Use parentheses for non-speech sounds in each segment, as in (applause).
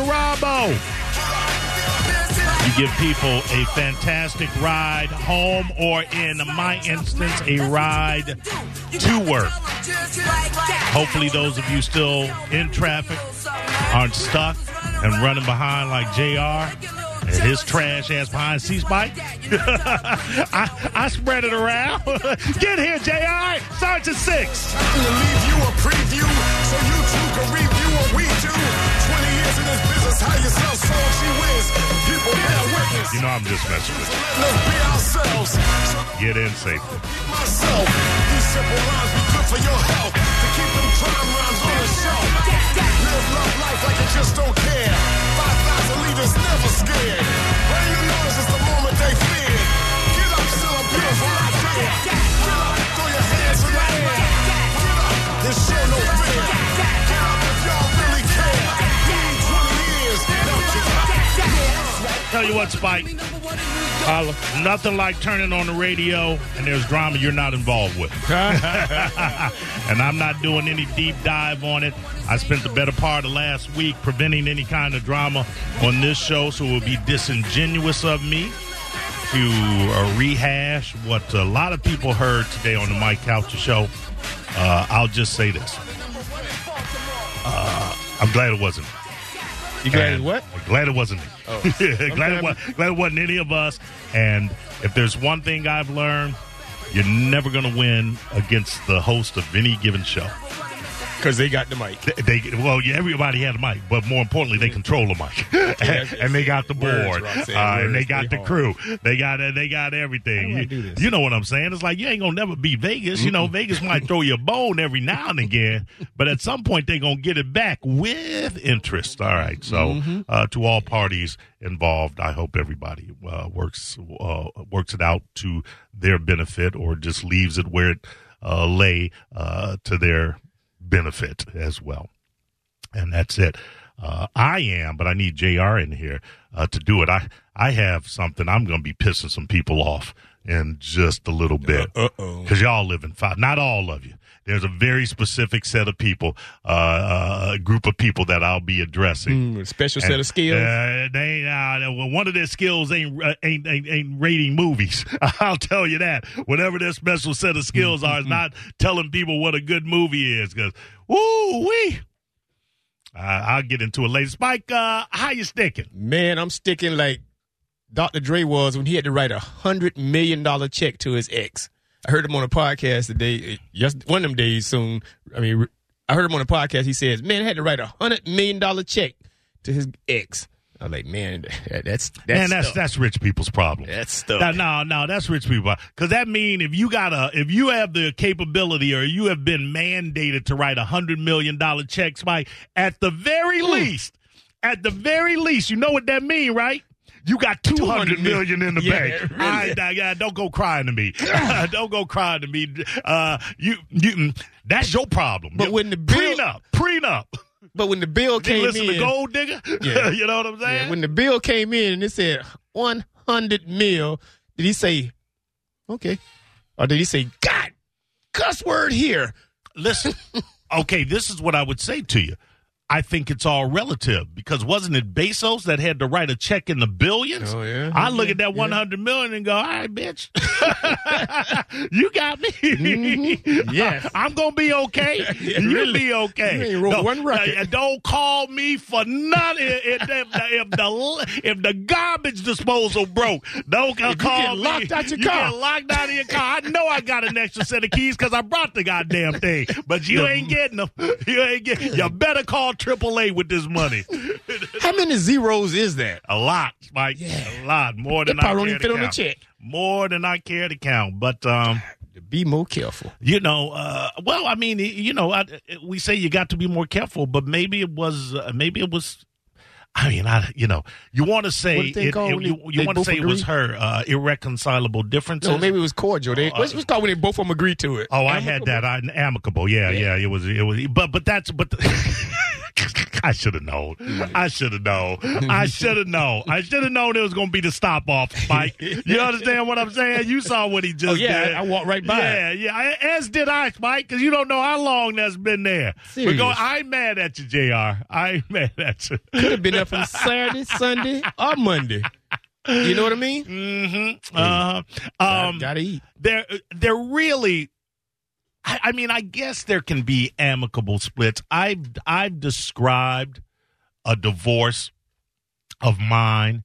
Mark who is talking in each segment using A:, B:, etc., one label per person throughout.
A: show. You give people a fantastic ride home, or in my instance, a ride to work. Hopefully, those of you still in traffic aren't stuck and running behind like JR and his trash ass behind seats bike. I, (laughs) I spread it around. (laughs) Get here, JR. Sergeant Six.
B: to leave you a preview so you too can review what we do. 20 years in this business, how yourself so she wins. People bear witness.
A: You know, I'm just messing with you.
B: Let's be ourselves. So
A: Get in safely.
B: keep myself. These simple rhymes be good for your health. To keep them crime rhymes on the shelf. Live love life like you just don't care. 5,000 leaders never scared. Rain the noise is the moment they fear. Get up, still a beautiful idea. Get up, throw your hands in the air. Get up and show no fear. Get up if y'all really care. Need 20 years, now get up.
A: Tell you what, Spike. Uh, nothing like turning on the radio and there's drama you're not involved with. (laughs) and I'm not doing any deep dive on it. I spent the better part of last week preventing any kind of drama on this show, so it would be disingenuous of me to uh, rehash what a lot of people heard today on the Mike Coucher show. Uh, I'll just say this. Uh, I'm glad it wasn't.
C: You glad
A: And
C: it what? Oh.
A: Glad it wasn't me. (laughs) glad, it
C: Okay.
A: wa- glad it wasn't any of us. And if there's one thing I've learned, you're never going to win against the host of any given show.
C: Because they got the mic.
A: They, they- well, yeah, everybody had a mic, but more importantly, they control the mic, and, (laughs) and they got the
C: Words,
A: board,
C: Roxanne,
A: uh, and they
C: words,
A: got
C: they
A: the crew, they got they got everything.
C: How do I
A: You,
C: do this?
A: you know what I'm saying? It's like you ain't gonna never be Vegas. You know, Vegas might throw you a bone every now and again, but at some point they gonna get it back with interest. All right, so
C: Mm-hmm.
A: uh, to all parties involved, I hope everybody uh, works uh, works it out to their benefit, or just leaves it where it uh, lay uh, to their benefit as well and that's it. Uh, I am, but I need Jr. in here uh, to do it. I I have something. I'm going to be pissing some people off in just a little bit.
C: Uh oh.
A: Because y'all live in five. Not all of you. There's a very specific set of people, uh, uh, a group of people that I'll be addressing.
C: Mm, Special set of skills.
A: Uh, they ain't, uh, well, one of their skills ain't, uh, ain't ain't ain't rating movies. (laughs) I'll tell you that. Whatever their special set of skills are,
C: Mm-hmm.
A: is not telling people what a good movie is. Because woo wee, I I'll get into it later. Spike, uh, how you sticking?
C: Man, I'm sticking like Dr. Dre was when he had to write a hundred million dollar check to his ex. I heard him on a podcast today. uh, Yes, one of them days soon. I mean, re- I heard him on a podcast. He says, "Man, I had to write a hundred million dollar check to his ex." I'm like, "Man, that- that's that's
A: Man, that's
C: stuff.
A: that's rich people's problem.
C: That's stuff.
A: No, no, no, that's rich people. Because that mean if you got a, if you have the capability or you have been mandated to write a hundred million dollar check, Spike, at the very
C: Hmm.
A: least, at the very least, you know what that mean, right? You got two hundred
C: 200
A: million in the
C: Yeah,
A: bank.
C: really.
A: All right, now, yeah, don't go crying to
C: (laughs)
A: me. (laughs) don't go crying to me. Uh, you, you, that's your problem.
C: But when the bill-
A: prenup, prenup,
C: But when the bill
A: They
C: came
A: listen
C: in,
A: to gold digger.
C: Yeah.
A: (laughs) you know what I'm saying?
C: Yeah, when the bill came in and it said 100 mil, did he say, okay? Or did he say, God, cuss word here? (laughs)
A: Listen, okay, this is what I would say to you. I think it's all relative because wasn't it Bezos that had to write a check in the billions?
C: Oh, yeah.
A: I look (laughs) at
C: Yeah.
A: that one hundred million and go, all right, bitch. (laughs) you got me.
C: Mhm. Yes.
A: I'm going to be okay.
C: (laughs) Yeah,
A: You'll
C: really.
A: be okay.
C: You ain't wrote one record.
A: uh, Don't call me for nothing. If, if, if, if, the, if the garbage disposal broke, don't uh,
C: you
A: call
C: get
A: me.
C: locked out your
A: You
C: car.
A: get locked out of your car. I know I got an extra set of keys because I brought the goddamn thing, but you ain't getting them. You ain't getting. You better call AAA with this money.
C: (laughs) How many zeros is that?
A: A lot, Mike. A lot more than
C: That probably
A: I care to
C: don't even fit on the
A: count.
C: check.
A: More than I care to count, but um,
C: Be more careful.
A: you know, uh, well, I mean, you know, I, we say you got to be more careful, but maybe it was, uh, maybe it was. I mean, I, you know, you want to say
C: What
A: it,
C: they call
A: you,
C: when
A: you,
C: they- they
A: want to
C: both
A: say it was
C: agree?
A: her uh, irreconcilable differences.
C: No, maybe it was cordial. They, what's, what's called when they both of them agreed to it?
A: Oh, I had that I, amicable. Yeah, yeah,
C: Yeah.
A: It was. It was. But but that's but. The, (laughs) I should have known.
C: Mm-hmm.
A: I should have known.
C: (laughs)
A: I should have known. I should have known it was going to be the stop off, Mike. You understand what I'm saying? You saw what he just
C: Oh, yeah,
A: did.
C: I- I walked right by
A: Yeah, yeah. I- As did I, Mike, because you don't know how long that's been there. But
C: (laughs) Serious.
A: go, I'm (laughs) mad at you, Jr. I'm mad at you.
C: Could have been there happen Saturday, Sunday, or Monday. You know what I mean?
A: Mm-hmm. Uh, um,
C: Gotta eat.
A: they're they're really I, I mean i guess there can be amicable splits i've i've described a divorce of mine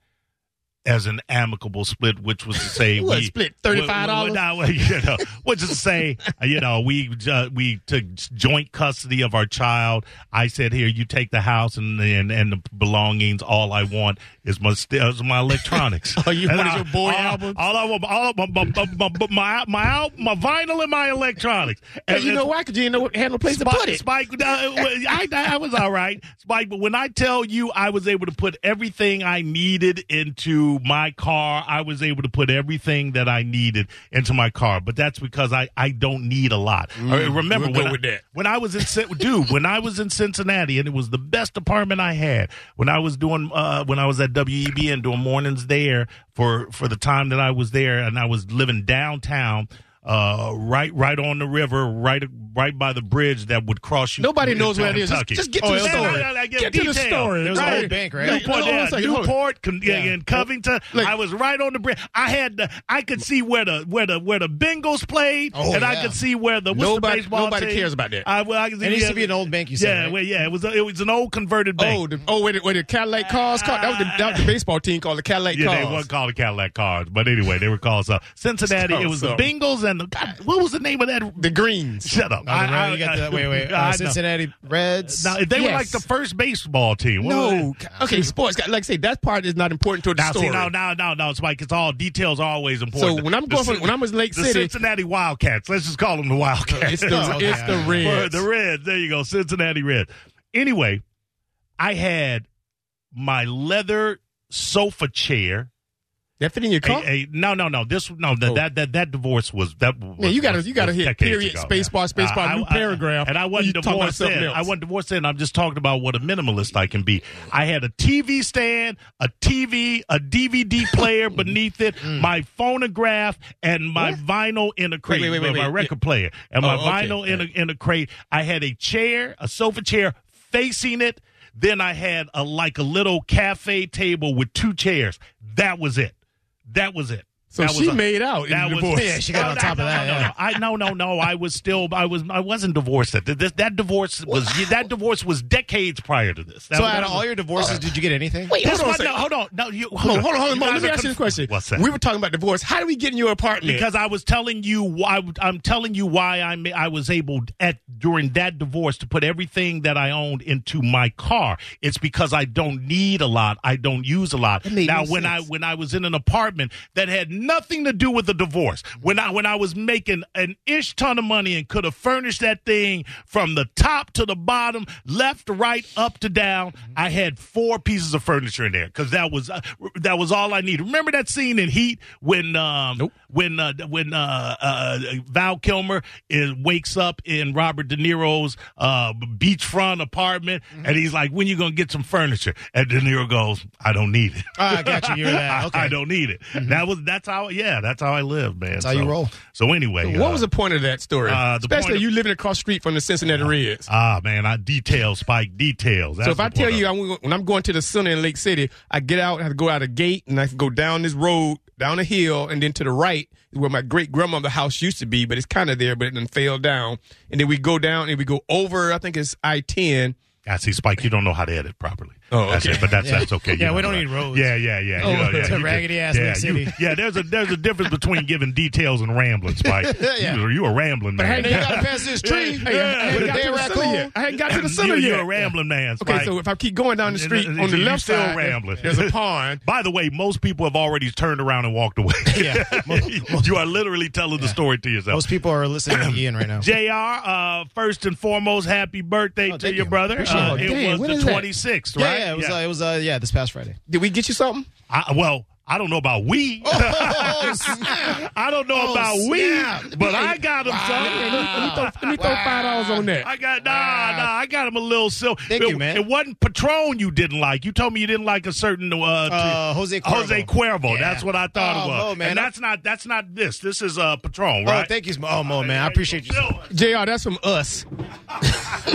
A: as an amicable split, which was to say
C: (laughs) What,
A: we
C: split $35?
A: Well, well, you know, which is to
C: (laughs)
A: say, you know, we uh, we took joint custody of our child. I said, "Here, you take the house and and, and the belongings. All I want is my is my
C: (laughs)
A: electronics.
C: Oh, you
A: And
C: wanted
A: I-
C: your boy
A: all,
C: albums?
A: all I want, all my my my my, my, my, al- my vinyl and my electronics.
C: But
A: And-
C: you
A: and-
C: know why? Because you didn't know, had no place to
A: Spike-
C: put it.
A: Spike, uh, I, I was all right, Spike. But when I tell you, I was able to put everything I needed into my car. I was able to put everything that I needed into my car. But that's because I, I don't need a lot. I remember when
C: Mm, we'll go
A: I,
C: with that.
A: when I was in Cin- dude, when I was in Cincinnati, and it was the best apartment I had. When I was doing, uh, when I was at WEBN doing mornings there for for the time that I was there, and I was living downtown, uh, right right on the river, right right by the bridge that would cross you.
C: Nobody
A: into
C: knows where it is. Just-
A: Kentucky. Oh,
C: just get to the
A: yeah,
C: story.
A: no, no, no,
C: Get to the
A: detail.
C: story. It was an old bank, right?
A: Newport,
C: Hold on one
A: yeah,
C: second, hold on.
A: Newport, Con- yeah,
C: Yeah.
A: in Covington.
C: Look.
A: I was right on the bridge. I had the, I could see where the where the where the Bengals played,
D: Oh,
A: and I
D: yeah.
A: could see where the what's
C: Nobody-
A: the baseball
C: nobody
A: team?
C: cares about that.
A: I, well, I can see,
D: It used
A: yeah,
D: to be an old bank, you said.
A: yeah,
D: right?
A: well, yeah, it was a, it was an old converted bank. Ah.
C: Oh, the, oh, wait, wait, the Cadillac cars. Car, that, was the, that was the baseball team called the Cadillac
A: yeah,
C: cars.
A: they weren't called the Cadillac Cards, but anyway, they were called so. Cincinnati,
C: Called
A: it was the
C: something.
A: Bengals and the God, what was the name of that?
C: the greens.
A: Shut up!
D: No, the Reds, you got the, wait, wait. Uh,
A: (laughs) I know.
D: Cincinnati Reds.
A: Now, if they were
C: Yes.
A: like the first baseball team. what was it?
C: No. Okay, sports. Like I say, that part is not important to the
A: Now,
C: story.
A: see, now, now, now, now, Spike, it's all details are always important.
C: so when I'm
A: The
C: going from,
A: Cin-
C: when I was in Lake
A: the
C: City,
A: Cincinnati Wildcats, let's just call them the Wildcats.
C: it's
A: (laughs)
C: the,
D: No, okay.
C: it's the
A: For
C: Reds.
A: the Reds. There you go, Cincinnati Reds. Anyway, I had my leather sofa chair.
C: That fit in your
A: A,
C: car?
A: a- no, no, no. This no that
C: Oh.
A: that, that that divorce was that. Was,
C: Man, you gotta
A: was-
C: you gotta
A: was
C: hit
A: decades
C: period
A: ago.
C: space bar space bar
A: I-
C: new
A: I-
C: paragraph.
A: and I wasn't
C: You talking about
A: divorced
C: something
A: then.
C: else.
A: I wasn't divorced then. I'm just talking about what a minimalist I can be. I had a TV stand, a TV, a
C: (laughs)
A: DVD player beneath it, my phonograph, and my vinyl in a crate.
C: Mm. wait, wait,
A: well,
C: wait,
A: my
C: wait.
A: record player and my
C: Oh, okay.
A: vinyl in a in a crate. I had a chair, a sofa chair facing it. Then I had a like a little cafe table with two chairs. That was it. That was it.
C: So
A: that
C: she
A: was a-
C: made out in
A: that
C: the
A: was- Oh,
C: divorce.
D: Yeah, she got on
A: no,
D: top
A: no,
D: of that.
A: No, no,
D: yeah.
A: no. I no, no, no. I was still. I was. I wasn't divorced. That this, that divorce was. That divorce was decades prior to this. That
D: So
A: was,
D: out of all your divorces, did you get anything?
C: Wait,
A: this
C: hold on, a
A: one,
C: second.
A: no, hold on. No, you,
C: hold on, hold on, hold on.
A: You
C: Mom,
A: guys
C: Let me
A: are
C: ask you
A: conf-
C: this question.
A: What's that?
C: We were talking about divorce. How do we get in your apartment?
A: because I was telling you why I'm telling you why I ma- I was able at during that divorce to put everything that I owned into my car. It's because I don't need a lot. I don't use a lot.
D: made
A: Now
D: no
A: when I
D: sense.
A: when I was in an apartment that had nothing to do with the divorce, when I when I was making an ish ton of money and could have furnished that thing from the top to the bottom, left to right, up to down, I had four pieces of furniture in there because that was uh, that was all I needed. Remember that scene in Heat when um,
C: Nope.
A: when uh, when uh, uh, Val Kilmer is, wakes up in Robert De Niro's uh, beachfront apartment
D: Mm-hmm.
A: and he's like, "When you gonna get some furniture?" And De Niro goes, "I don't need it."
D: Ah, I got you. You're that. Okay.
A: (laughs)
D: Mm-hmm.
A: I don't need it. That was that's how yeah, that's how I live, man. That's
D: how you roll.
A: So anyway,
C: what
A: uh,
C: was the point of that story?
A: uh, the
C: Especially
A: point of-
C: you living across the street from the Cincinnati Reds.
A: ah man? I details, Spike details.
C: So
A: That's
C: if I
A: the
C: tell
A: point
C: you
A: of-
C: I'm, when I'm going to the center in Lake City, I get out, I have to go out a gate, and I can go down this road, down a hill, and then to the right is where my great grandmother's house used to be, but it's kind of there, but it then fell down. And then we go down and we go over, I think it's I 10.
A: I Ah, see, Spike, you don't know how to edit properly.
C: Oh,
A: that's
C: okay.
A: it, but that's
D: Yeah.
A: that's okay. You
D: Yeah,
A: know
D: we don't
A: that.
D: need roads.
A: Yeah, yeah, yeah. you
D: Oh,
A: know, yeah,
D: (laughs) it's a
A: you
D: raggedy
A: could-
D: ass
A: yeah,
D: Lake
A: you-
D: City.
A: yeah, there's a there's a difference between giving details and rambling, Spike.
D: (laughs) Yeah.
A: you, you a rambling
D: But hey,
A: man.
D: now you
A: (laughs)
D: got to pass this tree.
A: Yeah.
D: Hey,
A: Yeah.
D: with
A: Got
D: a
A: to
D: damn
A: the
D: raccoon.
C: I hadn't got to the
A: (laughs) you,
C: center yet.
A: you're a rambling man. Spike.
C: Okay, so if I keep going down the
A: And-
C: street
A: and-
C: on the
A: you
C: left
A: still
C: side,
A: rambling.
C: there's
A: (laughs)
C: a pond.
A: By the way, most people have already turned around and walked
C: (laughs)
A: away.
D: Yeah.
A: (laughs) you are literally telling the story to yourself.
D: Most people are listening to Ian
A: (coughs)
D: right now.
A: JR, uh, first and foremost, happy birthday to
D: Oh, thank
A: your
D: you.
A: brother.
D: Appreciate
A: Uh,
D: it.
A: it
C: Dang,
A: was
C: when
A: the
C: is that?
A: 26th,
D: Yeah,
A: right? (laughs)
D: yeah, it was. Uh, it was. Uh, yeah, this past Friday.
C: Did we get you something?
A: I, well, I don't know about we.
D: Oh, snap.
A: (laughs) I don't know
D: Oh,
A: about we,
D: snap.
A: but I got him,
C: Let
A: son.
C: me, let me throw, let me throw five dollars on
A: (laughs)
C: that.
A: I got nah, nah. I got him a little silk.
D: Thank
A: it,
D: you, man.
A: It wasn't Patron you didn't like. You told me you didn't like a certain uh,
D: Uh, Jose Cuervo.
A: Jose Cuervo.
D: Yeah.
A: That's what I thought
D: Oh,
A: it was.
D: Mo, man.
A: And that's not that's not this. This is uh, Patron,
D: Oh,
A: right?
D: thank you. Sm- Oh, Mo, man. I appreciate you. so-
C: Jr. That's from us.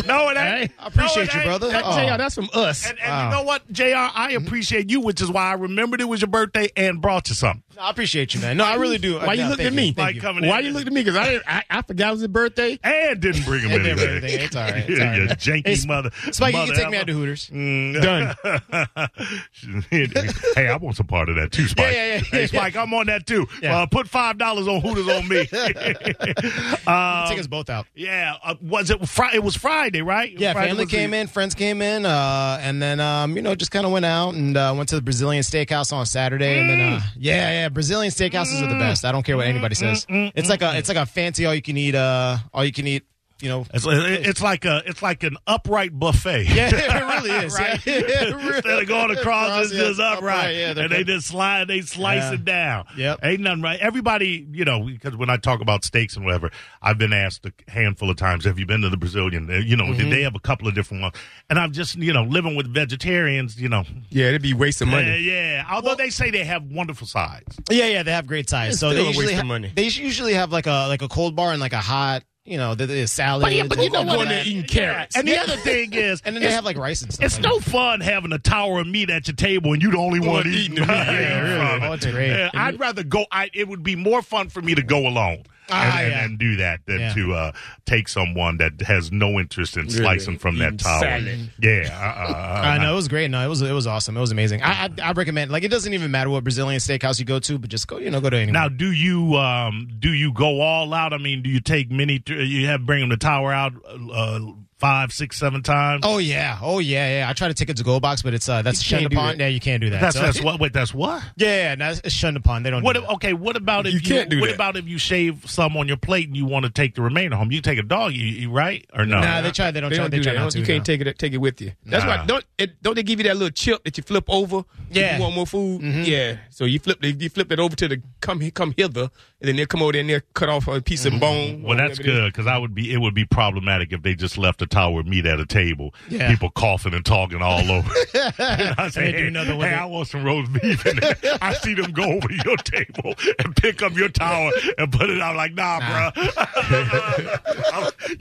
A: No, it ain't.
D: I appreciate
A: No, it
D: you,
A: ain't.
D: brother. Mm-hmm.
A: That-
D: Oh.
C: Jr. That's from us.
A: And, and you know what, Jr. I appreciate you, which is why I remembered it was your birthday and brought you something.
D: No, I appreciate you, man. No, I really do.
C: Why you
D: No,
C: looked
D: thank
C: at me?
D: Thank
A: Like
D: you.
A: coming
C: Why
A: in
C: you looked at me? Because I, didn't- I I forgot it was his birthday.
A: and didn't bring him
D: It didn't bring
A: anything. (laughs)
D: anything. It's all right. It's
A: You
D: all right, man.
A: janky mother.
D: Spike, you
A: mother
D: can take me out to
A: effer.
D: Hooters.
C: Done.
A: (laughs) hey, I want some part of that too, Spike.
D: Yeah, yeah, yeah.
A: Hey, Spike, I'm on that too.
D: Yeah.
A: Uh, put five dollars on Hooters on
D: (laughs)
A: me. (laughs) uh,
D: take us both out.
A: yeah, uh, was it? Fri- it was Friday, right?
D: Yeah,
A: Friday
D: family
A: was the-
D: came in, friends came in, uh, and then um, you know just kind of went out and uh, went to the Brazilian steakhouse on Saturday, and then
C: Mm.
D: uh, yeah, yeah, Brazilian steakhouses are the best. I don't care what anybody says.
C: Mm,
D: It's like a it's like a fancy all you can eat, uh, all you can eat,
C: (laughs)
D: you know.
A: It's, it- it's like a, it's like an upright buffet.
D: Yeah, it (laughs) really is.
C: (laughs)
A: Right.
D: Yeah, it really-
A: (laughs) Instead of going across, it's
D: yeah,
A: just upright.
D: yeah, they're
A: and they
D: good.
A: just slide, they slice
D: Yeah.
A: it down.
D: Yep.
A: Ain't nothing right. Everybody, you know, because when I talk about steaks and whatever, I've been asked a handful of times, have you been to the Brazilian? Uh, You know, they have a couple of different ones. And I'm just, you know, living with vegetarians, you know.
C: Yeah, it'd be
A: (laughs)
C: wasting
A: Yeah, yeah. Although they say they have wonderful sides.
D: (laughs) Yeah, yeah, they have great size.
C: It's
D: So
C: still
D: they
C: a waste
D: usually
C: of
D: ha-
C: money.
D: they usually have like a like a cold bar and like a hot, you know, the, the salad.
C: But, yeah, but you know
D: and all
C: what? Going there
D: that.
C: eating carrots.
A: And the other thing (laughs) is,
D: And then they have like rice and stuff.
A: it's
D: like
A: no
D: that.
A: fun having a tower of meat at your table and you the only one
C: One
A: eating.
C: eating the meat.
A: Yeah,
D: Yeah,
A: from
D: really.
A: it.
D: Oh, it's great.
A: Yeah, I'd rather go. I, it would be more fun for me to go alone. And,
D: Ah,
A: and,
D: yeah.
A: and do that than
D: Yeah.
A: to uh, take someone that has no interest in slicing from that
C: Eating
A: tower.
C: salad.
A: Yeah, uh, uh, uh,
D: I know it was great. No, it was it was awesome. It was amazing. I, I I recommend like it doesn't even matter what Brazilian steakhouse you go to, but just go you know go to any.
A: Now, do you um, do you go all out? I mean, do you take many? You have bring them the tower out uh, five, six, seven times.
D: oh yeah, oh yeah, yeah. I try to take it to go box, but it's uh that's
C: You
D: shunned
C: can't do
D: upon.
C: that.
D: Yeah, you can't do that.
A: that's
D: So-
A: that's what. Wait, that's what.
D: Yeah, yeah, no, it's shunned upon. They don't.
A: What
D: do
A: if,
D: that.
A: okay? What about if you,
C: You can't do
A: what
C: that.
A: about if you shave some on your plate and you want to take the remainder home? You take a dog, you, you right or no?
D: Nah, they try. They don't.
C: Oh, They
D: try,
C: don't
D: they
C: do
D: try
C: that.
D: not
C: Don't-
D: to,
C: you
D: no.
C: can't take it. Take it with you. That's
A: Nah.
C: why. Don't it, don't they give you that little chip that you flip over? if
D: Yeah.
C: You want more food? Yeah. So you flip the- you flip it over to the come here come hither, and then they'll come over there and they'll cut off a piece of bone. or
A: Well, that's
C: whatever it is.
A: good because I would be. It would be problematic if they just left a tower of meat at a table.
D: Yeah.
A: People coughing and talking all over. and I say,
D: do
A: hey,
D: nothing with
A: hey,
D: it."
A: I want some roast beef. And I see them go over to your table and pick up your tower and put it out. Like, nah, bruh.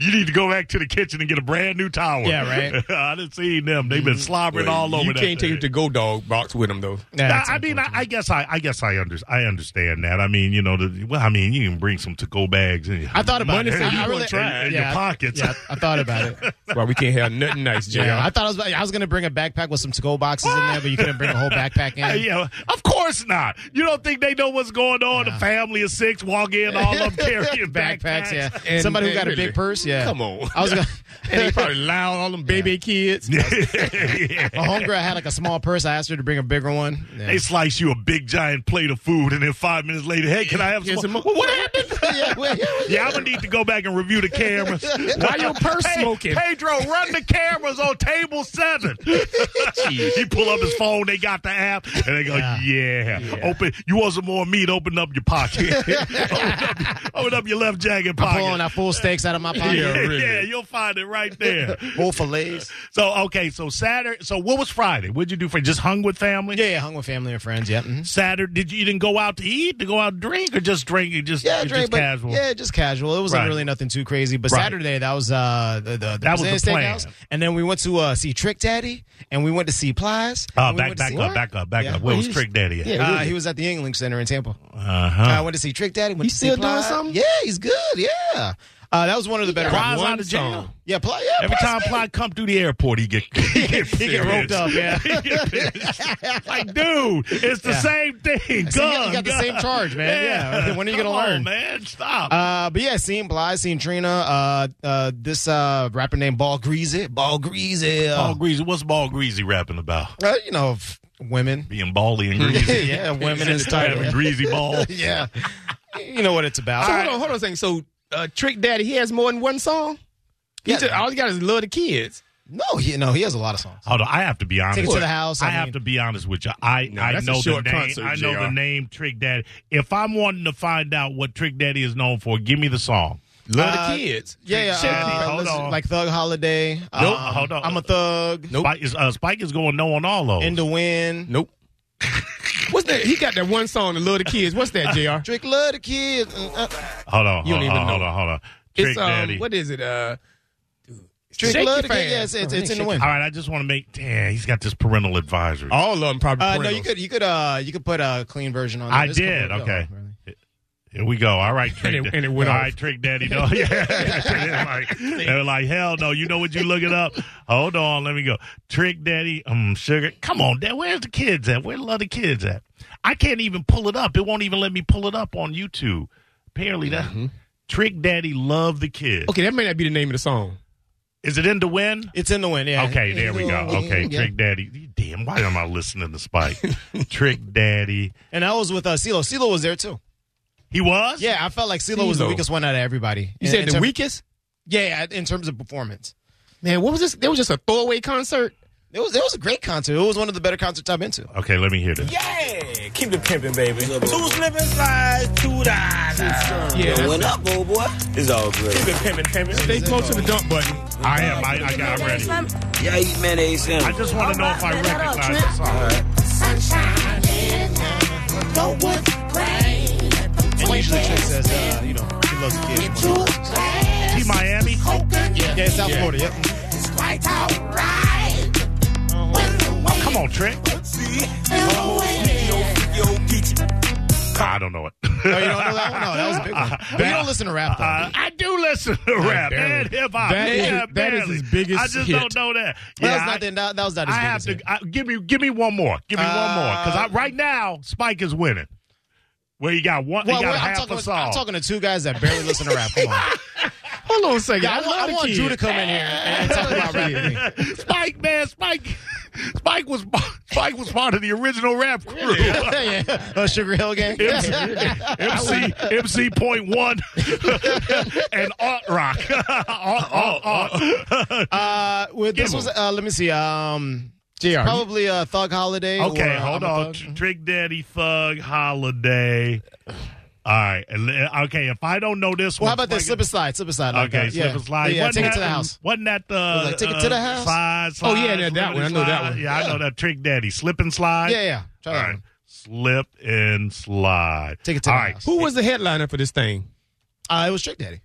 A: (laughs) you need to go back to the kitchen and get a brand new tower.
D: Yeah, right.
A: (laughs) I didn't see them. They've been slobbering all over.
C: You
A: that
C: can't take
A: thing.
C: it to go dog box with them though.
D: Nah,
A: Nah,
D: that's
A: I mean, I, I guess I, I guess I, under, I understand that. I mean, you know, the, well, I mean, you can bring some to-go bags. And,
D: I
A: (laughs)
D: thought about
A: Money
D: it.
A: for
D: I-
A: you
D: I
A: to
D: really-
A: try it in
D: yeah,
A: your
D: I-
A: pockets. (laughs)
D: Yeah, I thought about
C: (laughs)
D: it.
C: That's why we can't have nothing nice, Jr.
D: Yeah, I thought I was. I was gonna bring a backpack with some to go boxes in there, but you couldn't bring a whole backpack
A: Uh,
C: (laughs)
D: in.
A: yeah, of course not. You don't think they know what's going on? The family of six walk in, all of them
D: (laughs)
A: carrying
D: Backpacks, yeah.
C: And-
D: Somebody who
C: and
D: got a
C: really-
D: big purse, yeah.
C: Come on.
D: I
C: (laughs)
D: was gonna.
C: and they probably loud all them baby kids.
A: yeah.
D: My homegirl had like a small purse. I asked her to bring a bigger one. Yeah.
A: (laughs) They slice you a big giant plate of food, and then five minutes later, hey, can I have some?
C: Here's some
A: more?
C: more.
A: Well, what happened?
D: (laughs) yeah, wait,
A: yeah, I'm gonna need to go back and review the
D: (laughs)
A: cameras.
C: Why your purse
A: Hey,
C: smoking?
A: Pedro, run the cameras on table seven. he pull up his phone. They got the app, and they go, yeah.
D: Yeah.
A: Open. You want some more meat? Open up your
D: (laughs)
A: pocket. (laughs) open, up, open up your left jacket
D: I'm
A: pocket.
D: pulling out full steaks out of my
A: (laughs)
D: pocket.
A: yeah,
C: Yeah, really.
A: yeah, you'll find it right there.
D: Whole fillets.
A: so okay, so Saturday. So what was Friday? What'd you do for just hung with family?
D: Yeah, yeah, hung with family and friends. Yeah, mhm.
A: Saturday, did you, you didn't go out to eat, to go out and drink, or just drink, you just
D: yeah,
A: you
D: drink,
A: just
D: but
A: casual?
D: yeah, just casual. It wasn't
A: Right.
D: really nothing too crazy. But
A: Right.
D: Saturday, that was uh the, the, the
A: That was the
D: Brazilian
A: plan.
D: steakhouse, and then we went to uh, see Trick Daddy, and we went to see Plies.
A: Uh,
D: and we
A: back,
D: went to
A: back
D: see-
A: up, back up, back
D: Yeah.
A: up. Where
D: Well,
A: was
D: he's-
A: Trick Daddy at?
D: uh, he was at the Engling Center in Tampa. Uh, I
A: Uh-huh.
D: went to see Trick Daddy. Went
C: He's
D: to see
C: still doing
D: Plies.
C: something?
D: Yeah, he's good. Yeah, uh, that was one of the better.
A: Plies
D: ones.
A: out of jail.
D: Yeah, Plies. Yeah,
A: Every
D: Plies-
A: time Ply come through the airport, he get (laughs)
D: (laughs)
A: he get,
D: he get roped up. (laughs) Yeah.
A: He get pissed. (laughs) like, dude, it's the
D: Yeah.
A: same thing. Gun,
D: See, you got- you got the
A: gun.
D: same charge, man. Yeah. When are you
A: Come
D: gonna
A: on,
D: learn?
A: man? Stop.
D: Uh, but yeah, seeing Bly, seeing Trina, uh, uh, this uh, rapper named Ball Greasy, Ball Greasy, uh,
A: Ball Greasy, what's Ball Greasy rapping about?
D: uh, you know, f- women,
A: Being bally
D: (laughs)
A: and greasy.
D: yeah, women is
A: (laughs)
D: (laughs)
A: Having
D: title,
A: greasy balls.
D: yeah, you know what it's about.
C: So hold on, hold on a second. So uh, Trick Daddy, he has more than one song. He
D: Yeah.
C: just, all he got is love the kids.
D: No, he, no, he has a lot of songs.
A: Hold on, I have to be honest.
D: Take it to the house,
A: I,
D: I
A: have
D: mean-
A: to be honest with you. I,
C: No,
A: I
C: that's a
A: know the
C: short
A: name.
C: concert,
A: I know the
C: JR.
A: name Trick Daddy. If I'm wanting to find out what Trick Daddy is known for, give me the song.
C: Love
D: Uh,
C: the kids.
D: Yeah,
A: Shady,
D: yeah. uh,
A: hold
D: listen,
A: on.
D: Like Thug Holiday. Nope.
A: hold on.
D: I'm a thug.
C: Nope.
A: Spike is, uh, Spike is going no on all those.
D: In the wind.
C: Nope. (laughs) What's that? He got that one song, The Love the Kids. What's that,
D: (laughs)
C: JR?
D: Drake love the kids. Mm, uh,
A: hold on,
C: You
A: hold
C: don't
A: on,
C: even know.
A: hold on, hold on. Trick
C: It's, um,
A: Daddy.
C: what is it? Uh,
D: Drake
C: Shake
D: love
C: your
D: the kids. Yes,
C: fans.
D: it's,
C: Oh,
D: it's in the
C: shake
D: wind.
A: all right, I just want to make. Damn, he's got this parental advisory.
C: all of them probably.
D: Uh, no,
C: parentals.
D: you could you could uh you could put a clean version on. There.
A: I
D: There's a couple
A: did.
D: of-
A: Okay.
D: oh, really?
A: Here we go. All
C: (laughs)
A: right, Trick
C: And it-
A: Da-
C: and it went
A: All
C: off.
A: right, Trick Daddy. No, (laughs) yeah. They're like, they're like, hell no. You know what? You look it up. Hold on. Let me go. Trick Daddy, um, sugar. Come on, Dad. Where's the kids at? Where the other kids at? I can't even pull it up. It won't even let me pull it up on YouTube. Apparently, that Trick Daddy love the kids.
C: Mm-hmm. Okay, that may not be the name of the song.
A: Is it in the wind?
D: It's in the wind. Yeah.
A: Okay, there we go. Okay,
D: Yeah.
A: Trick Daddy. Damn, why am I listening to
D: (laughs)
A: Spike? Trick Daddy.
D: And I was with uh, CeeLo. CeeLo was there too.
A: He was?
D: Yeah, I felt like CeeLo was the
C: CeeLo.
D: weakest one out of everybody.
C: You
D: In-
C: said
D: in
C: the
D: term-
C: weakest?
D: Yeah, in terms of performance.
C: Man, what was this? That was just a throwaway concert.
D: It was it was a great concert. It was one of the better concerts I've been to.
A: Okay, let me hear this.
E: Yeah, keep the pimping, baby. Two slipping slides, two dollars.
C: Yeah,
E: Yeah,
C: that's-
E: went up, old boy. It's all good. Keep it pimping, pimping.
C: Stay close to the dump button.
A: I am. I, I got I'm ready.
E: Yeah, eat mayonnaise
A: I
E: sandwich.
A: just want to know if I recognize the song.
D: And usually Trick says, uh, you know, he loves the kids.
A: T Miami.
D: Oh, Yeah, South Florida. Yep.
A: Come on, Trick. I don't know it.
D: No, you don't know that one. No, that was a big one. But you don't listen to rap
A: (laughs)
D: though.
A: Uh, I do listen to rap
C: barely.
A: and hip hop.
C: That is-
A: yeah,
C: that is his
A: barely.
C: biggest
A: I just
C: hit.
A: don't know that. yeah,
D: Well, that was not
A: I,
D: the, that, that was not his
A: I have
D: biggest
A: to
D: hit.
A: I, give me give me one more. Give me one more because
D: Uh,
A: right now Spike is winning. Where you got one,
D: Well,
A: he got
D: well, I'm,
A: half
D: talking,
A: a song.
D: I'm talking to two guys that barely listen to rap.
A: (laughs)
D: Come on.
C: Hold on a second.
D: Yeah, I,
C: love
D: want, I
C: the
D: want
C: kids.
D: you to come in here and talk about rap with
A: (laughs)
D: me.
A: Spike, man, Spike, Spike was Spike was part of the original rap crew. (laughs)
D: yeah. Uh, Sugar Hill Gang.
A: MC MC point one (laughs) and art rock. (laughs)
C: Oh,
A: Art- art- art.
D: Uh, with this
A: Give
D: was uh, let me see. Um,
C: JR,
D: probably uh, Thug Holiday.
C: oh.
A: okay,
D: or, uh,
A: hold
D: I'm a
A: on.
D: Thug.
A: Tr- Trick Daddy Thug Holiday. All right. and le- Okay, if I don't know this
D: Well, how
A: one,
D: about this? Slip
A: fucking-
D: and slide. Slip and slide. Like
A: Okay,
D: that.
A: slip
D: yeah.
A: and slide.
D: Yeah,
A: Wasn't
D: take it
A: that-
D: to the house.
A: Wasn't that the uh,
D: Like, take it to the house?
A: Slide,
C: Oh, yeah,
A: slide,
C: that- that one.
A: slip
C: I
A: and
C: know that
A: slide.
C: one.
A: Yeah, I know that Trick Daddy. Slip and slide.
D: Yeah, yeah. Try
A: All
D: that
A: right.
D: one.
A: Um, Slip and slide.
D: Take it to
A: All
D: the
A: right.
D: house.
C: who was the headliner for this thing?
D: Uh, it was Trick Daddy.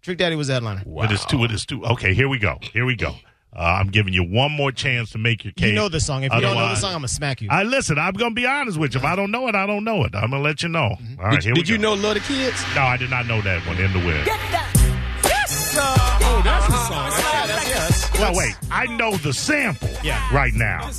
D: Trick Daddy was the headliner.
A: But it's two. It is two. Okay, here we go. Here we go. Uh, I'm giving you one more chance to make your case.
D: You know the song. If you don't know the
A: Otherwise-
D: song, I'm gonna smack you.
A: I listen. I'm gonna be honest with you. If I don't know it, I don't know it. I'm gonna let you know.
D: Mm-hmm.
A: All right.
C: did
A: here we
C: did you
A: go.
C: know Love the Kids?
A: No, I did not know that one in the wind.
C: Oh, that's the song.
A: Well, wait. I know the sample.
D: Yeah.
A: Right now.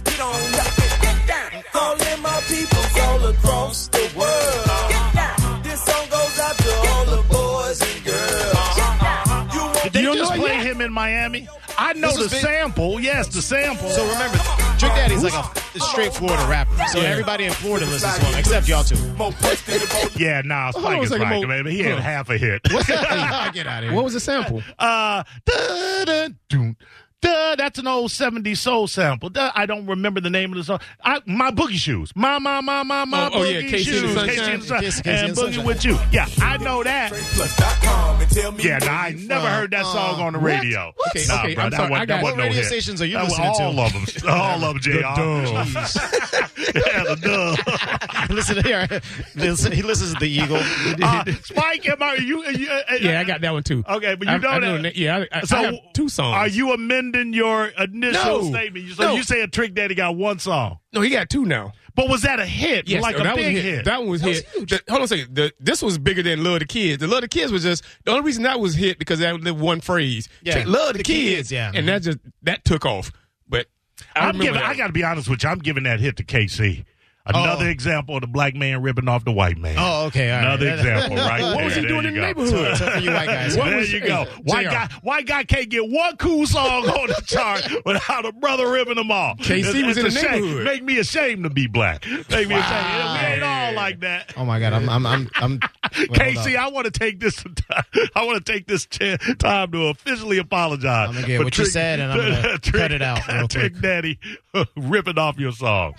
E: All in my people all across the world. This song goes out to all the boys and girls. You won't
A: Did they
C: You don't
A: just
C: know it
A: play
C: yet?
A: him in Miami? I know
D: This
A: the
D: was big-
A: sample. Yes, the sample.
D: So remember, Trick Daddy's like a straight Florida rapper. So everybody in Florida listens to him, except y'all two. (laughs)
E: more push than the boat.
A: yeah, nah,
C: on
A: Spike
C: a
A: is
C: second,
A: right,
C: Mo.
A: man. He had
C: Hold on.
A: half a hit.
D: Get out of
C: What was the sample?
A: Uh, da, da, dun, da, that's an old 70s soul sample. Da, I don't remember the name of the song. I, my boogie shoes. My, my, my, my, my
C: Oh, oh, yeah,
A: boogie
C: Casey and
A: shoes.
C: the
A: Casey and the Sun-
D: Sunshine. Casey
A: and
D: and the
A: Boogie
D: Sunshine.
A: with You. Yeah, I know that.
E: Plus.com and tell me.
A: Yeah,
E: where
A: nah, I
E: you
A: never heard that song on the
C: What?
A: radio.
C: What?
A: Nah,
C: Okay,
A: bro,
C: I'm
A: that
C: sorry,
A: one-
C: I
A: that wasn't
C: got-
D: What radio
A: no hit.
D: stations are you
A: That was
D: listening to?
A: all of them.
C: (laughs)
A: All of them, JR. yeah, the dub.
D: Listen here. (laughs) Listen, he listens to
A: (laughs)
D: the Eagle.
A: Uh, Spike, am I, you, you, uh,
C: Yeah, I got that one too.
A: Okay, but you
C: I,
A: know
C: I
A: that-
C: na- Yeah, I, I, I have two songs.
A: Are you amending your initial
C: No.
A: statement? So
C: No.
A: you say a Trick Daddy got one song,
C: No, he got two now.
A: but was oh, that a hit?
C: Yes,
A: like
C: no,
A: a
C: that
A: big
C: was
A: hit.
C: hit. That one was hit. The- hold on a second. The, this was bigger than Love the Kids. The Love the Kids was just the only reason that was hit because that was the one phrase.
D: Yeah.
C: Check Love the,
D: The
C: kids.
D: Kids, yeah.
C: and that just that took off. But I
A: I'm
C: remember
A: giving.
C: that. Oh.
A: I got to be honest with you. I'm giving that hit to KC. Another example of the black man ripping off the white man.
D: Oh, okay. all right.
A: Another
D: (laughs)
C: (laughs)
A: example, right
C: What
A: there.
C: was he
A: There
C: doing
A: you
C: in the
A: go.
C: neighborhood? (laughs)
D: So for you white guys,
C: What
A: there
C: was-
A: you
C: (laughs)
A: go.
C: hey,
A: White
C: JR.
A: guy, white guy can't get one cool song on
C: (laughs)
A: the chart without a brother ripping them off.
C: KC
A: It's- it's
C: was in the
A: a shame.
C: neighborhood.
A: Make me ashamed to be black. Make me ashamed. We ain't all like that.
D: Oh my god, I'm I'm I'm,
A: (laughs)
D: I'm wait, hold
A: Casey,
D: up.
A: I want to take this. (laughs) I want to take this ch- time to officially apologize.
D: I'm gonna get
A: for
D: what you said, and I'm
A: (laughs)
D: gonna cut it out real
A: Trick Daddy (laughs) ripping off your song.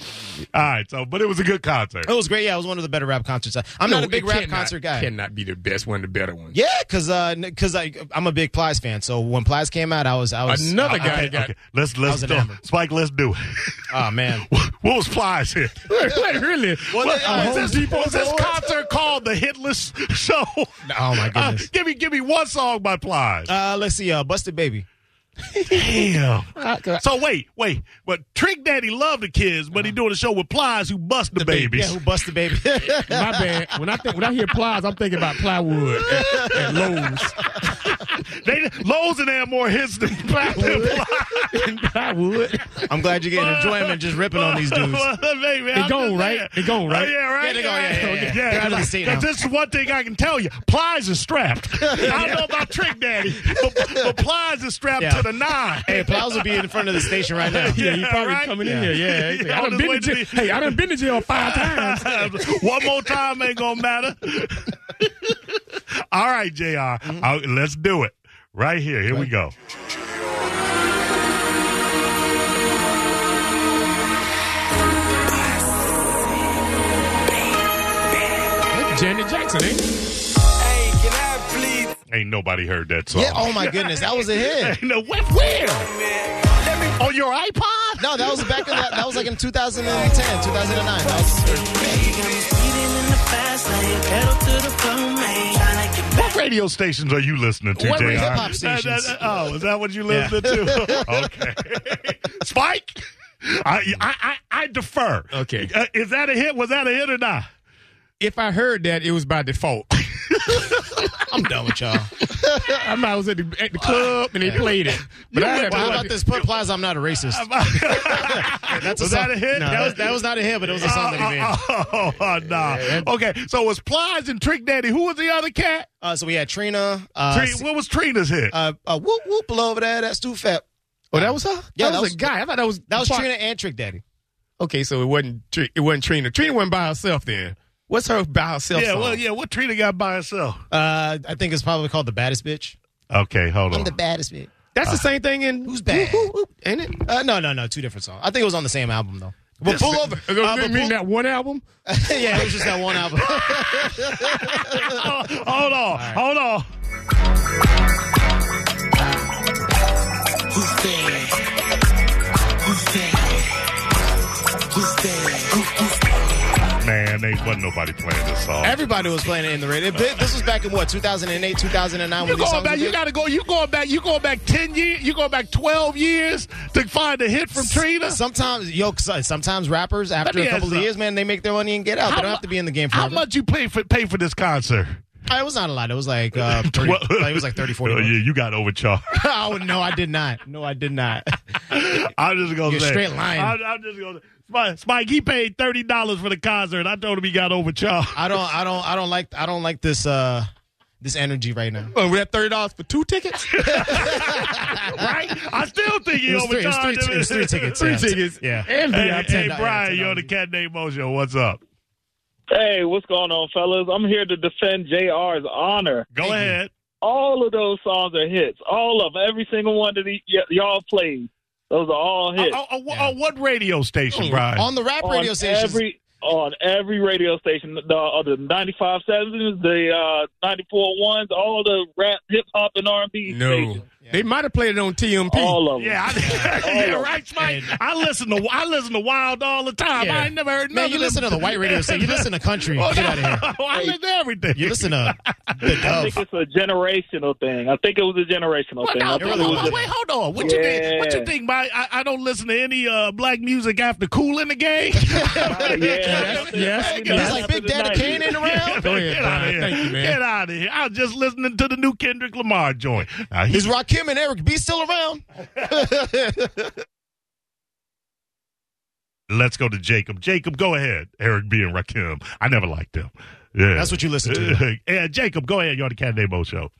A: All right, so but it was a good concert.
D: It
C: Oh,
D: was great. Yeah, it was one of the better rap concerts. I'm
C: No,
D: not a big
C: it
D: rap
C: cannot-
D: concert guy.
C: Cannot be the best one, the better one. (laughs)
D: Yeah, cause uh, n- cause I I'm a big Plies fan. So when Plies came out, I was I was
C: Another
D: I-
C: guy
A: Okay,
C: got
A: okay. let's let's
D: was
A: do,
D: enamored.
A: Spike. Let's do it.
D: Oh man,
A: (laughs) what was Plies here?
C: like, really?
A: What,
D: they- uh,
A: was,
D: Home
A: this, was this concert called the Hitless Show?
D: oh my
A: (laughs) Uh,
D: goodness.
A: give me give me one song by Plies.
D: Uh, let's see, uh, Busted Baby.
A: Damn. So wait, wait. But Trick Daddy loved the kids, but he
C: Uh-huh.
A: doing a show with Plies who bust the,
D: Yeah,
A: babies.
D: who busted baby? (laughs)
C: My bad. When I think when I hear plies, I'm thinking about plywood and, and Lowe's.
A: They Lowe's and had more hits
C: (laughs)
A: than Black than (laughs) Fly.
C: plywood.
D: I'm glad you're getting enjoyment just ripping on these dudes.
A: (laughs) Baby, I'm
C: gone,
A: just
C: right?
A: saying.
C: They gone, right?
A: Oh, yeah, right.
D: Yeah, they gone, yeah, yeah, yeah. They're out of the state
A: because
D: now.
A: this is one thing I can tell you: Plies is
C: (laughs)
A: strapped. I don't know about Trick Daddy, but, but Plies is strapped
D: Yeah.
A: to the nine.
D: Hey, Plows will be in front of the station right now.
C: Yeah, he probably
A: right? (laughs)
C: coming
A: Yeah.
C: in here.
A: (laughs)
C: Yeah, He said,
A: Yeah,
C: I
A: on
C: done
A: his
C: been
A: way
C: to
A: to
C: jail.
A: the-
C: Hey, I done been to jail five times.
A: (laughs) One more time ain't gonna matter. (laughs) All right, junior
D: Mm-hmm.
A: let's do it right here. Here we go.
C: Janet Jackson, eh?
E: Hey, can I please,
A: Ain't nobody heard that song.
D: Yeah, oh my goodness, that was
A: (laughs)
D: a hit.
A: no, where? where?
E: man? Let me
A: On your iPod?
D: No, that was back in that, that was like in 2010, 2009. That was-
A: What radio stations are you listening to,
D: What
A: JR?
D: hip-hop
A: That- that-
D: stations?
A: (laughs) oh, is that what you listening
D: (laughs)
A: to? okay. Spike? I, I I I defer.
C: Okay.
A: Uh, is that a hit? Was that a hit or not? (laughs)
C: If I heard that, it was by default. (laughs)
D: I'm done with y'all.
C: I might was at the, at the club and they played it. But I had
D: Well, how
C: no
D: about
C: idea.
D: this? Put Plaza, I'm not a racist.
A: That's was that a hit?
D: No, that was, that was not a hit, but it was a song that
A: (laughs)
D: he
A: Oh,
D: made.
A: oh, oh, nah. Okay, so it was Plies and Trick Daddy. Who was the other cat?
D: Uh, so we had Trina. Uh,
A: Trina- what was Trina's hit?
D: uh, uh, whoop whoop all over there. That's too fat.
C: Oh, that was her.
D: Yeah,
C: that,
D: that
C: was,
D: was-
C: a guy. I thought that was
D: That was
C: part-
D: Trina and Trick Daddy.
C: Okay, so it wasn't Tr- it wasn't Trina. Trina went by herself then. What's her by herself?
A: yeah,
C: song?
A: well, yeah. What Trina got by herself?
D: Uh, I think it's probably called the baddest bitch.
A: Okay, hold on.
D: baddest bitch.
C: That's the same thing in
D: Who's bad?
C: Whoop, whoop, whoop, ain't it?
D: Uh, no, no, no. Two different songs. I think it was on the same album though.
C: But
A: This-
C: pull over.
A: Uh,
C: Uh,
A: but
C: mean
A: pull-
C: that one album?
D: (laughs) yeah, it was just that
A: (laughs)
D: one album.
A: Oh, hold on, hold on.
E: Who's there? Who's there? Who's there? Who, who's
A: Man, they wasn't nobody playing this song.
D: Everybody was playing it in the radio. Th- This was back in what 2008, 2009.
A: you
D: when these
A: going
D: songs
A: back?
D: were
A: You
D: big.
A: gotta go. You going back? You going back ten years? You going back twelve years to find a hit from Trina?
D: Sometimes, yo, so- sometimes rappers after
A: me
D: a
A: ask
D: couple of
A: something.
D: years, man, they make their money and get out.
A: How
D: they don't
A: mu-
D: have to be in the game
A: How
D: forever.
A: much you pay for pay for this concert?
D: Uh, It was not a lot. It was like
A: (laughs)
D: uh, 30,
A: Well-
D: like, it was like 30, 40.
A: Oh,
D: bucks.
A: yeah, you got overcharged.
D: (laughs)
A: (laughs)
D: oh no, I did not. No, I did not.
A: I'm just gonna
D: You're
A: say
D: straight lying.
A: I'm, I'm just gonna. Spike, Spike, he paid thirty dollars for the concert. I told him he got
D: (laughs)
A: overcharged.
D: I don't. I don't. I don't like. I don't like this. Uh, this energy right now.
C: Oh, we had thirty dollars for two tickets.
A: right? I still think he
D: It was three- it was
A: overcharged
D: three-
A: him.
D: it was three
A: (laughs)
D: tickets, yeah. Yeah.
C: and
A: Hey,
C: VIP.
A: hey,
D: $10.
A: Brian, you're on the Cat Name Mojo. What's up?
F: Hey, what's going on, fellas? I'm here to defend JR's honor.
A: Go ahead.
F: All of those songs are hits. All of them. Every single one that he, y- y'all played. Those are all hits.
A: Oh, oh, oh, oh, what radio station, Brian?
D: Mm, On the rap
F: on
D: radio stations.
F: Every, on every radio station, the, uh, the 95.7s, the uh, 94.1s, all the rap, hip hop, and R&B
C: No,
F: stations.
C: they might have played it on TMP.
F: All of them.
A: yeah, I, (laughs) yeah, right, Spike. I listen to I listen to Wild all the time.
D: Yeah.
A: I ain't never heard
D: Man,
A: nothing.
D: you listen to the white radio station. You listen to
A: (laughs)
D: country. Get out of here.
A: I listen to everything.
D: You listen to the
F: I think
D: Dove.
F: it's a generational thing. I think it was a generational
A: Well,
F: thing.
A: no,
F: I
A: but
F: think it
A: hold
D: (laughs)
F: was
A: on,
F: just-
A: wait, hold on. What you think? What you
F: Yeah.
A: think? My, I, I don't listen to any uh, black music after Cool in the Game. (laughs)
F: Yes, yes,
A: Get
D: He's
A: out-
D: like Big Daddy Kane ain't around.
A: Get, out of
C: ahead, Brian.
A: here.
C: Thank you, man.
A: Get out of here. I was just listening to the new Kendrick Lamar joint. Now, he-
D: Is Rakim and Eric B still around?
A: Let's go to Jacob. Jacob, go ahead. Eric B. and Rakim. I never liked them. Yeah.
D: That's what you listen to.
A: (laughs) yeah, Jacob, go ahead. You're on the Cat Nemo show.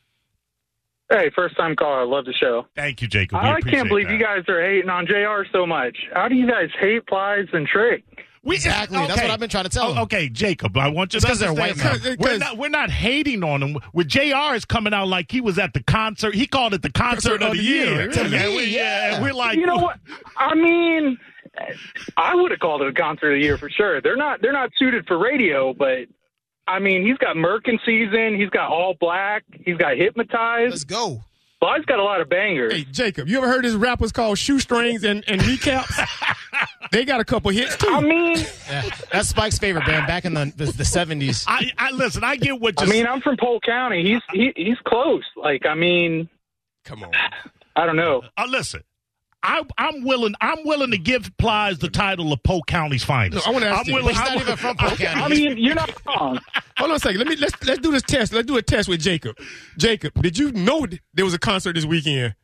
F: Hey, first time caller. I love the show.
A: Thank you, Jacob. We
F: I
A: appreciate
F: can't believe
A: that.
F: you guys are hating on JR so much. How do you guys hate Plies and Trick?
A: We,
D: Exactly. That's what I've been trying to tell
A: Oh,
D: them.
A: okay, Jacob, I want you to
D: It's 'cause they're
A: understand something.
D: white
C: now.
A: We're not, we're not hating on them. With JR is coming out like he was at the concert. He called it the concert, of the year.
D: To me,
A: and we,
D: yeah.
A: and we're like,
F: You know what? I mean, I would have called it a concert of the year for sure. They're not they're not suited for radio, but I mean, he's got Merc in season. He's got All Black. He's got
D: Let's
F: Hypnotized.
D: go.
F: Plies got a lot of bangers.
C: Hey, Jacob, you ever heard his rappers called shoestrings and, and recaps? they got a couple hits too.
F: I mean,
D: Yeah. That's Spike's favorite band back in the the,
A: (laughs)
D: the 70s.
A: I, I listen. I get what
F: I
A: you're.
F: mean, I'm from Polk County. He's he, he's close. Like, I mean,
C: Come on.
F: I don't know.
A: uh, listen. I, I'm willing. I'm willing to give Plies the title of Polk County's finest.
C: No, I wanna ask
A: I'm
C: you,
A: willing-
D: He's
A: I'm
D: not even
A: willing-
D: from Polk
F: I
D: County.
F: mean, you're not wrong.
C: Hold on a second. Let me let's let's do this test. Let's do a test with Jacob. Jacob, did you know th- there was a concert this weekend?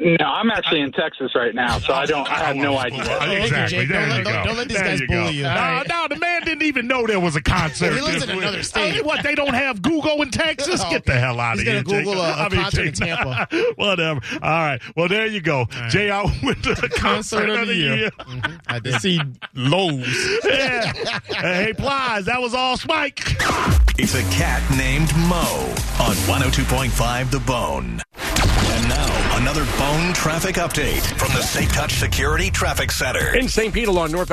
F: No, I'm actually in Texas right now, so I don't. I have no idea.
A: Exactly.
D: Jake.
A: There
D: Don't let-
A: you
D: don't-
A: go.
D: don't let these
A: There
D: guys
A: go.
D: bully you.
A: No,
D: All right.
A: no, the man didn't even know there was a concert.
D: He lives in
A: this
D: another
A: week.
D: state.
A: Oh, what? They don't have Google in Texas?
D: Oh,
A: Get the hell out
D: He's
A: of here.
D: gonna Google
A: Jake.
D: a- a
A: I mean,
D: concert in
A: Jake,
D: Tampa.
A: (laughs) Whatever. All right. Well, there you go. (laughs) J.R. went to the concert of the year.
D: Mhm. I did.
C: To Mm-hmm. see Lowe's.
A: (laughs) Yeah. hey, Plies, that was all Spike.
G: It's a cat named Mo on 102.5 The Bone. And now, another bone traffic update from the Safe Touch Security Traffic Center.
H: In St. Pete along North